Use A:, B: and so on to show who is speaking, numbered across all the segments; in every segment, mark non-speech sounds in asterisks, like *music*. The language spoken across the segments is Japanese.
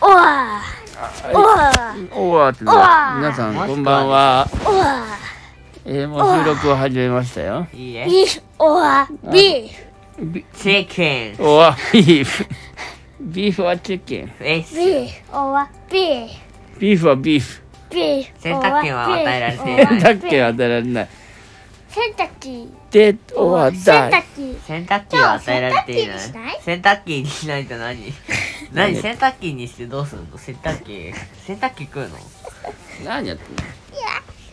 A: おわおわ
B: おわって
A: おわ
B: 皆さんこんばんは、
A: おわ
B: えーもう収録を始めましたよ
C: いいえ。
A: ビーフおわビーフ
C: チキン。
B: おわビーフビーフはチキン
C: フェイス。
A: ビーフおわビーフ
B: ビーフはビーフ
A: ビーフ
C: 洗濯機は与えられていない
B: だっけ与えられない
A: 洗濯機
B: でおわ
A: 洗
B: だ
A: 濯機
C: 洗濯機は与えられていな
A: じゃあ洗濯機にしない
C: い。洗濯機にしないと何 *laughs* 何洗濯機にしてどうすんの洗濯機。洗濯機食うの
B: 何やってんの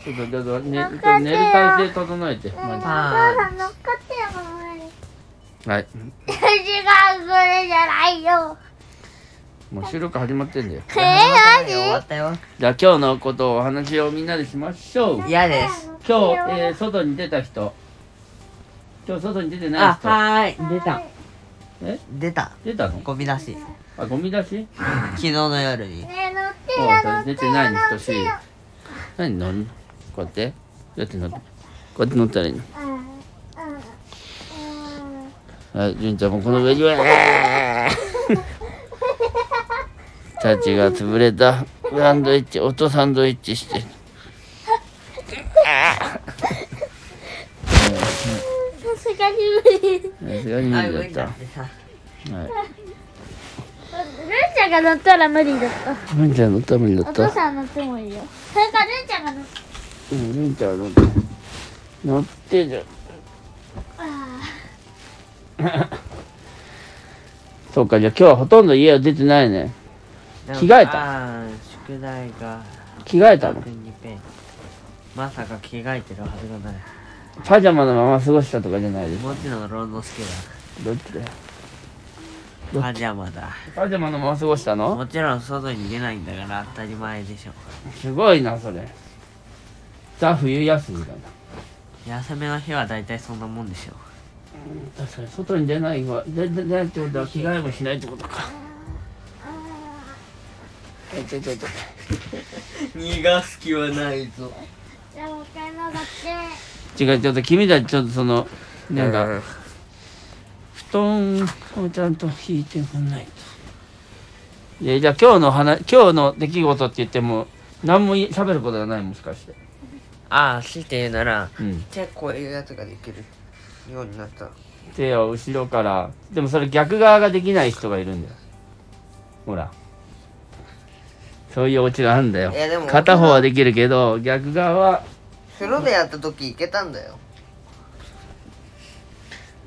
B: ちょっとちょっと、ね、ちょ
A: わかったよ
B: っと寝る体勢整えてマジ
A: お母さん乗っかってよこの前に
B: ではい
A: 違うそれじゃないよ
B: もう収録始まってんだよ
A: えー、
C: 終わったよ。
B: じゃあ今日のことをお話をみんなでしましょう
C: 嫌で
A: 何
C: す。
B: 今日、えー外に出た人今日外に出てない
C: あ、
B: 人
C: はーい。出た。
B: え
C: 出た。
B: 出たの
C: ゴミ出し。
B: あゴミ出し
C: 昨日の夜に。
A: ねえ乗ってよ
B: あ
A: 乗
B: あ
A: っ
B: 出
A: て
B: て
A: よ
B: ないに
A: 乗
B: 等
A: っ
B: してい
A: よ
B: 何乗るのこうやってどうやって乗るこうやって乗ったらいいの
A: うんうんうん
B: はい純ちゃんもこの上に *laughs* はチャチが潰れたサンドイッチ音サンドイッチしてる
A: さすがに無理ル
B: さすがに無
C: あ、
B: 理
C: 無
B: だっ
C: 理
B: た
C: だってさ。
B: はい
A: ンちゃんが乗ったら無理だった
B: 純ちゃん乗った無理だ
A: お
B: っ
A: 父
B: た
A: さん乗ってもいいよそれからルンちゃんが乗って
B: うん純ちゃんは乗って乗ってじゃん
A: あ
B: *laughs* そうかじゃあ今日はほとんど家を出てないね着替えた
C: なんかあー宿題が。
B: 着替えたの
C: 特にペンまさか着替えてるはずがない。
B: パジャマのまま過ごしたとかじゃないです
C: もちろんロンドスケ
B: どっちだよ
C: だ。パジャマだ。
B: パジャマのまま過ごしたの
C: もちろん外に出ないんだから当たり前でしょ
B: すごいなそれザ冬休みだな
C: 休みの日は大体そんなもんでしょ
B: 確かに外に出ないわ出出出ないってことは着替えもしないってことかえちょいちょいちょい
C: 逃がす気はないぞ
A: ーじゃあもう一回戻って
B: 違うちょっと君たちちょっとそのなんか、
C: うん
B: 布団をちゃんと引いてこないとでじゃあ今日の話今日の出来事って言っても何も言え喋ることがないもしかして
C: ああ強いて言うなら
B: うん
C: じゃあこういうやつができるようになった
B: 手を後ろからでもそれ逆側ができない人がいるんだよほらそういうオチがあるんだよ
C: いやでも
B: 片方はできるけど逆側は
C: 風呂でやった時いけたんだよ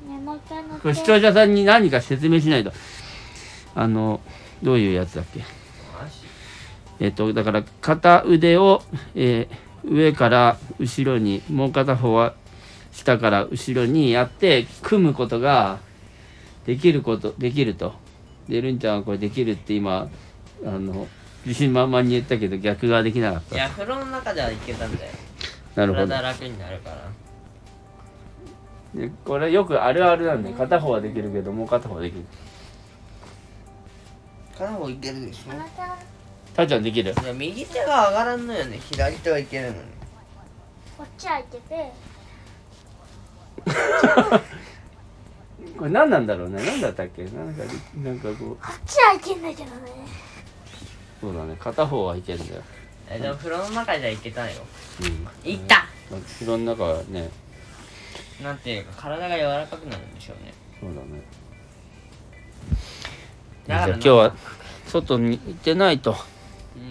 A: ねもう一回乗っ
B: こ
A: て
B: れ視聴者さんに何か説明しないとあのどういうやつだっけえっとだから片腕を、えー上から後ろにもう片方は下から後ろにやって組むことができることできるとでるんちゃんはこれできるって今あの自信満々に言ったけど逆ができなかっ
C: い
B: た
C: や風呂の中ではいけたんだよ
B: なるほど
C: 体楽になるから
B: でこれよくあるあるなんで片方はできるけどもう片方はできる
C: 片方いけるでし
A: また
B: たーちゃんできる
C: ょいや右手が上がらんのよね左手はいけるのに
A: こっち開いてて
B: *laughs* これ何なんだろうね何だったっけなんかなんかこう
A: こっち開いてんだけどね
B: そうだね片方はいけるんだよ、
C: えでも風呂の中ではいけたよ
B: うん、
C: いった
B: 後ろの中はね
C: なんていうか体が柔らかくなるんでしょうね
B: そうだねじ
C: だ
B: ゃ
C: か
B: あ
C: ら
B: 今日は外に行ってないと、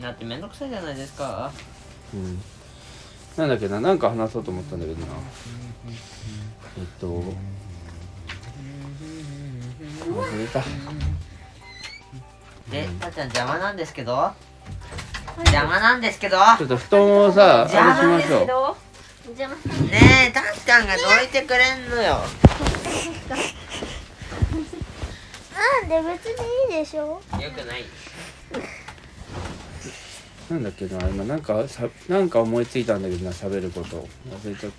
C: だってめんどくさいじゃないですか
B: うん、なんだっけななんか話そうと思ったんだけどなえっと忘れた
C: で、たっちゃん邪魔なんですけど邪魔なんですけど
B: ちょっと布団をさ
C: 邪魔
B: あ
C: なん
B: れし
C: で
B: ますしょ
C: け
B: う
C: ど
A: 邪魔
C: ねえ、たっちゃんがどいてくれんのよ
A: なんで別にいいでしょ
C: よくない
B: なんだっけな今なんかさなんか思いついたんだけどな喋ることを忘れちゃっ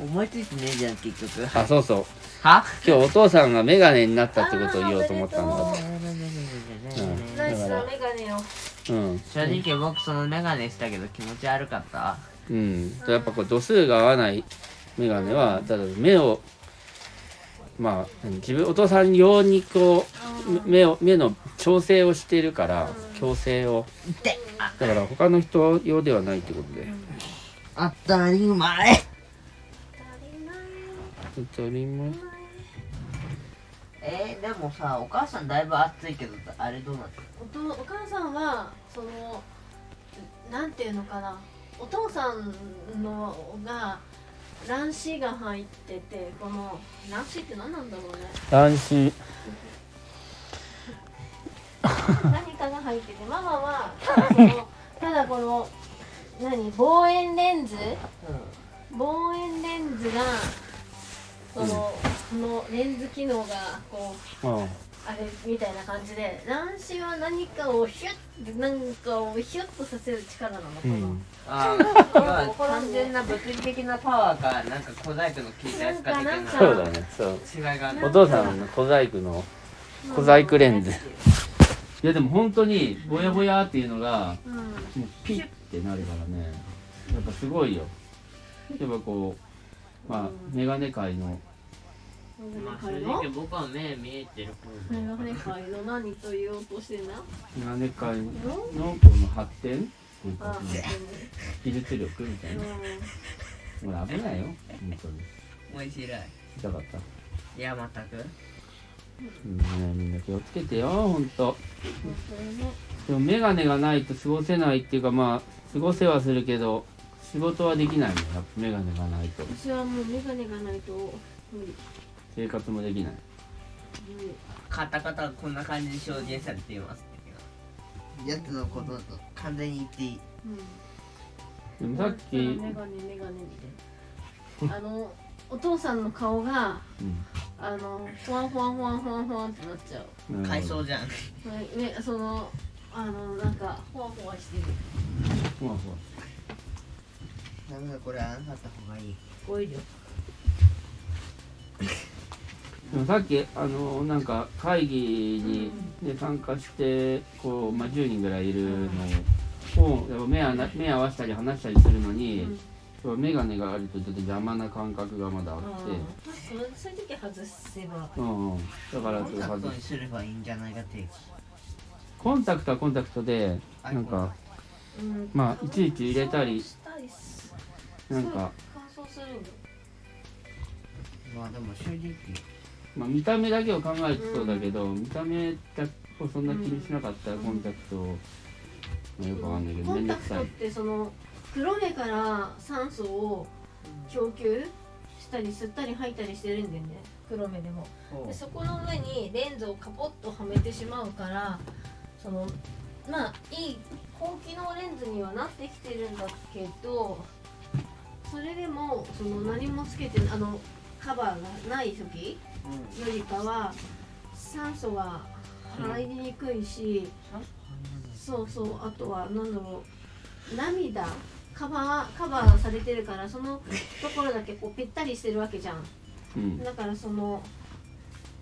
C: 思いついてねえじゃん、結局
B: たあそうそう
C: は
B: 今日お父さんがメガネになったってことを言おうと思ったんだうん
A: ナイス
B: だ
A: な
B: か
A: メガネを
B: らうん
C: 正直僕そのメガネしたけど気持ち悪かった
B: うん、やっぱこう度数が合わない眼鏡はただ目をまあ自分お父さん用にこう目を目の調整をしているから矯正を
C: 痛いあ
B: だから他の人用ではないってことで
C: 当たり前
B: 当たり前
C: えー、でもさお母さんだいぶ暑いけどあれどうなってる
D: おとお母さんはそのなんていうのかなお父さんのが卵子が入っててこの卵子って何なんだろうね
B: 男子
D: 何かが入っててママ *laughs* はそのただこの何望遠レンズ望遠レンズがその,、のレンズ機能がこう
B: あ
D: あれみたいな感じで卵子は何かをヒュッて何かをヒュッとさせる力なのか
B: う
D: な、
B: ん
C: あー要は
D: 怒らん
C: 単
D: で
C: 純な物理的なパワーかなんか小細工の効いたやつか
D: なん
C: だ
D: か
B: そうだねそう
C: けな違いがある
B: お父さんの小細工の小細工レンズいやでも本当にぼやぼやっていうのが
D: うん
B: もうピッてなるからねやっぱすごいよやっぱこうまあメガネ界の
E: まあ、正直僕は目見えてる方
D: メガネ界の何と言おうとしてんだ
B: メガネ界のこの発展
D: あ
B: 技術力みたいな
D: う
B: もう危ないよ本当に
C: 面白い
B: 痛かった
C: いや全く
B: みんなみんな気をつけてよ本当でもメガネがないと過ごせないっていうかまあ過ごせはするけど仕事はできないのやっぱメガネがないと
D: ん私はもうメガネがないと無理
B: 生活もできない
D: 無理
C: カタカタがこんな感じで表現されていますやつのことだと完全に言っていい
D: うん
B: でもさっき、
D: メガネメガネみたいあのお父さんの顔が
B: う、
D: あのほわんほわんほわんほわんほわんってなっちゃうん
C: 回想じゃん *laughs*
D: はいねそのあのなんかほわほわしてる
B: ほらほら
C: ダメだこれあんかった方がいい
D: 語彙力
B: でもさっきあのなんか会議に、ね参加してこう、まあ、10人ぐらいいるのをやっぱ目あな目合わせたり話したりするのに、やっぱ眼鏡があるとちょっと邪魔な感覚がまだあって、
D: そのそういう時は外せば
B: うんうんだから
C: コ
B: ち
C: ン
B: ょっ
C: タ
B: と
C: クト
B: 外
C: に
B: し
C: すればいいんじゃないかっていう
B: コンタクトはコンタクトで
C: あ
B: なん
C: コン
B: か
D: うん
B: まあいちいち入れたり
D: したいっす
B: なんか、
D: 乾燥するんよ
C: まあでも正直
B: まあ、見た目だけを考えてそうだけど、見た目だをそんな気にしなかったらコンタクトを、まあよくわかんないけど
D: コ
B: 面
D: ンタ
B: 倒く
D: ク
B: さ
D: トっ
B: い。
D: てその黒目から酸素を供給したり吸ったり吐いたりしてるんだよね黒目でもでそこの上にレンズをカポッとはめてしまうからそのまあいい高機能レンズにはなってきてるんだけどそれでもその何もつけてあのカバーがない時よりかは酸素が入りにくいし、そうそうあとはなんだろう涙カバーカバーされてるからそのところだけこうぺったりしてるわけじゃん
B: うん
D: だからその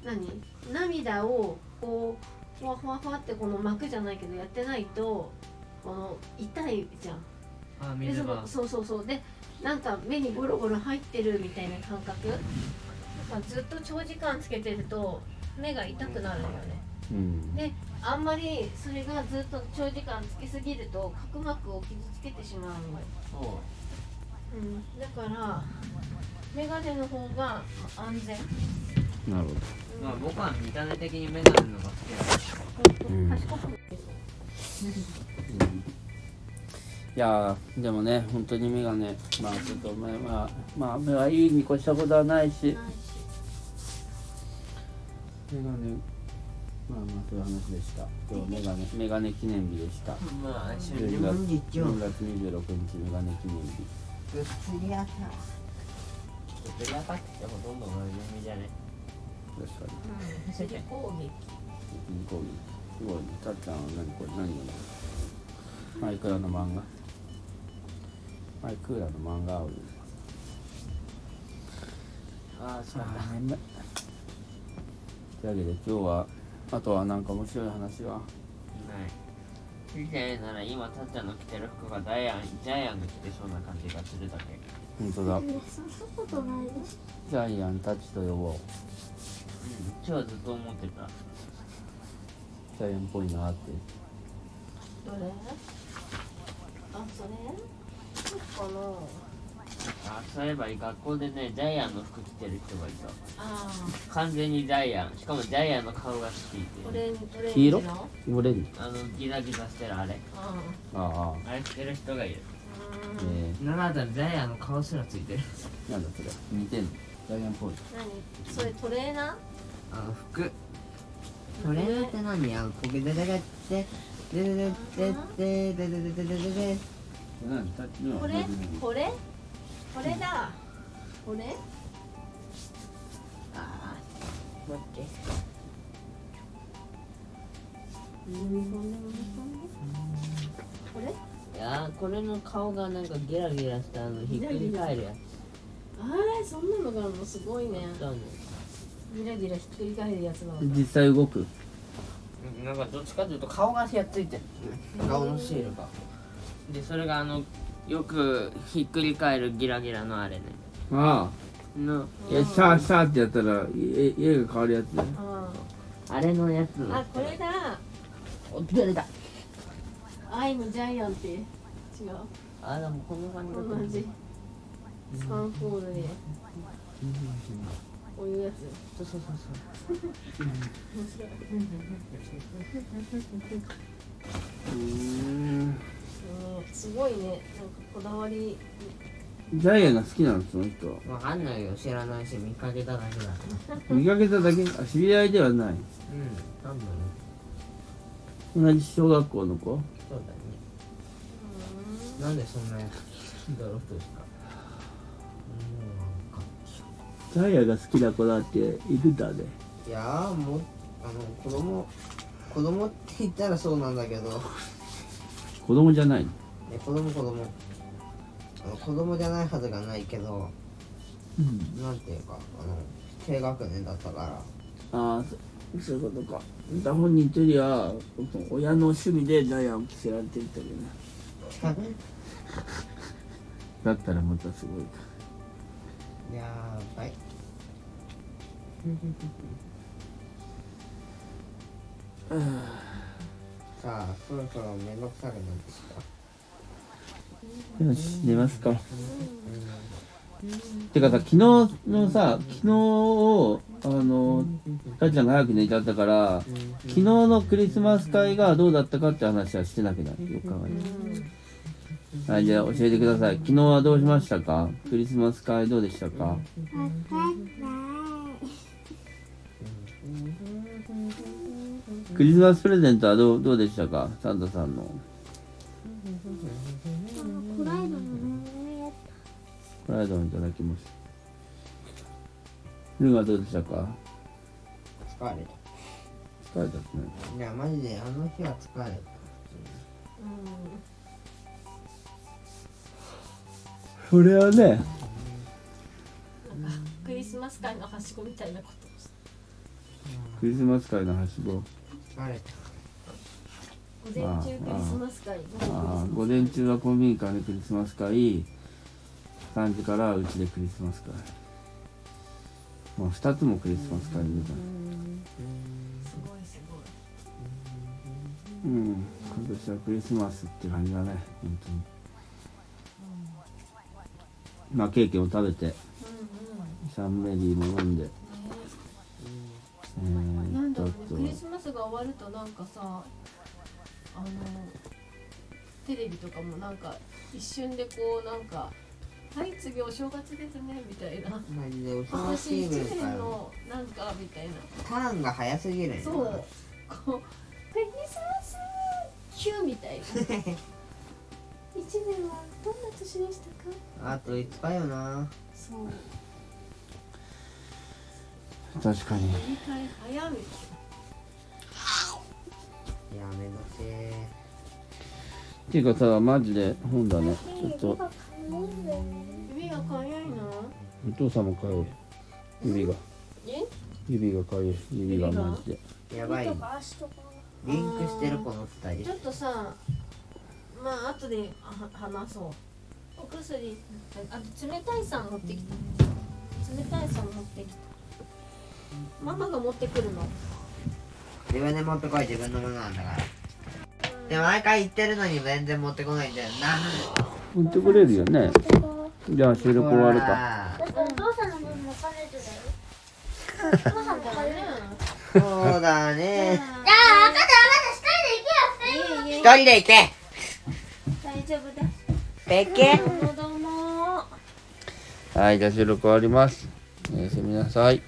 D: 何涙をこうふわふわふわってこの膜じゃないけどやってないとこの痛いじゃん
E: あ
D: で
E: 水
D: そ
E: が
D: のそうそうそうでなんか目にゴロゴロ入ってるみたいな感覚なんかずっと長時間つけてると目が痛くなるんよね
B: うん
D: であんまりそれがずっと長時間つけすぎると角膜を傷つけてしまうのよ
C: そ
D: うん、だからメガネの方が安全
B: なるほど
C: うまあ僕は見た目的に目があるのが好きだから
B: うん
D: 賢く
B: いやーでもね本当に眼鏡まあちょっとまあまあまあ目はいいに越したことはないし
D: ないし
B: 眼鏡まあまあそういう話でした今日メガネメガネ記念日でした
C: まあ正直
B: 12月12月26日メガネ記念日
C: ぶっつり屋さんぶっつり屋さんってほとんど真面目じゃね
B: 確かに
D: 釣り攻撃
B: 銀行すごいねたっちゃんは何これ何読んでるマイクラの漫画マイクラの漫画を読んでます
C: ああそうだ
B: あ眠いというわけで今日はあとはなんか面白い話は
C: ないついてないなら今たっちゃんの着てる服がダイアンジャイアンが着てそうな感じがするだけ
B: 本当だ
A: そんなことないです
B: ジャイアンたちと呼ぼう
C: ちはずっと思ってた
B: ジャイアンっぽいなって
D: どれあそれこの
C: あそういえば学校でねジャイアンの服着てる人がい
D: あ
C: た完全にジャイアンしかもジャイアンの顔が好き
D: ーオ
C: て
D: レンオレン
B: 黄
D: ジの
B: 色オレンジ
C: あのギザギザしてるあれ
D: あ
B: ああ
C: あれ着てる人がいる
D: ーう
B: え
D: ーん
F: なんだったらジャイアンの顔すらついてる
B: ー、なんだそれ似てんのジャイアンっぽい
D: 何それトレーナ
F: あの服トレーナーって何やポケデデデデデデデデデデデデデデデ
B: 何たち
D: ー
B: の
D: これこれこれだこれあー待って飲み込んで飲み込んでこれ
C: いやーこれの顔がなんかギラギラしたあのひっくり返るや
D: あーそんなのがあるのすごいね
C: つだもん
D: ギラギラひっくり返るやつなの
B: 実際動く
C: なんかどっちかというと顔がやっついてる
F: 顔のシールが
C: でそれがあのよくひっくり返るギラギラのあれね
B: あ
C: の
B: あいやシャーシャーってやったらえ絵が変わるやつ
D: あ
C: あれのやつ
D: ーあこれだ
C: お出れた
D: アイムジャイアンって違う
C: あでもこんな感じだった
D: 同じスタンフォードでこういうやつ
C: そうそうそうそう
D: 面白い
B: うん
D: うんすごいねなんかこだわり
B: ジャイアンが好きなのその人は
F: わかんないよ知らないし見かけただけだ
B: 見かけただけあ知り合いではない
F: うんなんだろ
B: 同じ小学校の子
F: うそうだねなんでそんなやつだろうとしたうんな
B: ジ
F: んか
B: ャイアンが好きな子だっているんだね
F: いやーもうあの子供子供って言ったらそうなんだけど
B: 子供じゃないの
F: え子供子供あの子供じゃないはずがないけど
B: うん
F: なんていうかあの低学年だったから
B: ああそそういうことかだ本人というよりは親の趣味でジャイアンを着せられてるってことねだったらまたすごいか
F: やばい *laughs* さあそろそろめんどくさくなってきた
B: よし寝ますかてかさ昨日のさ昨日をあのガチャが早く寝ちゃったから昨日のクリスマス会がどうだったかって話はしてなくないよく考えたらはいじゃあ教えてください昨日はどうしましたかクリスマス会どうでしたか
A: わかんない
B: クリスマスプレゼントはどうどうでしたかサンタさんの
A: でも暗いのねやっ
B: プライドをいただきましたルーはどうでしたか
F: 疲れた
B: 疲れたっすね
F: いやマジであの日は疲れた
D: う
B: それはね
D: んなんかクリスマス会のはしごみたいなことをして
B: クリスマス会のはしご
F: 疲れた
D: 午前中クリスマス会
B: あー
D: 午
B: 午
D: 後クリスマス会
B: 前中はコンビニからでクリスマス会3時からうちでクリスマス会まあ2つもクリスマス会みたいな
D: すごいすごい
B: うん今年はクリスマスって感じだね本当にまあケーキも食べてシャンメリーも飲んでえ
D: ねなん
B: ー、
D: だ
B: と
D: ろ
B: あ
D: う
B: と
D: ねクリスマスが終わるとなんかさあのテレビとかもなんか一瞬でこうなんか「はい次お正月ですね」みたいな
F: マジで
D: 「今
F: 恐しい
D: 年一
F: 文化
D: 年
F: よ
D: のなんか」みたいな
F: ターンが早すぎるよ
D: そうこうクリスマスキューみたいな一年はどんな年でしたか
F: あと5日よな
D: そう
B: 確かに
D: 振り返り早め
F: いやめんどくせえ
B: っていうかさマジで本だねちょっ
A: ぱ
B: と
A: かわいいんだよね
D: 指がかゆいな
B: お父さんもかゆい指が
D: え
B: 指がかゆい指がマジで
F: やばい
A: 手とか足とか
F: リンクしてるこの2
D: ち
F: 人
D: ょっとさまあ後であ話そうお薬あと冷たいさん持ってきた冷たいさん持ってきたママが持ってくるの
F: 自分で持ってこい自分のものなんだからで毎回言ってるのに全然持ってこないんだよな
B: 持ってくれるよねじゃあ収録終わるか
F: か
A: だってお父さんの分も兼ねてだよ。お父さんも兼ねてる。
F: そうだね
A: じゃあ、赤ちゃん、また一人で行けよ、二人で。
D: いえい
F: 一
D: え
F: 人で行け
D: 大丈夫だ
F: ペケ
D: どうもどうも
B: はいじゃあ収録終わりますおやすみなさい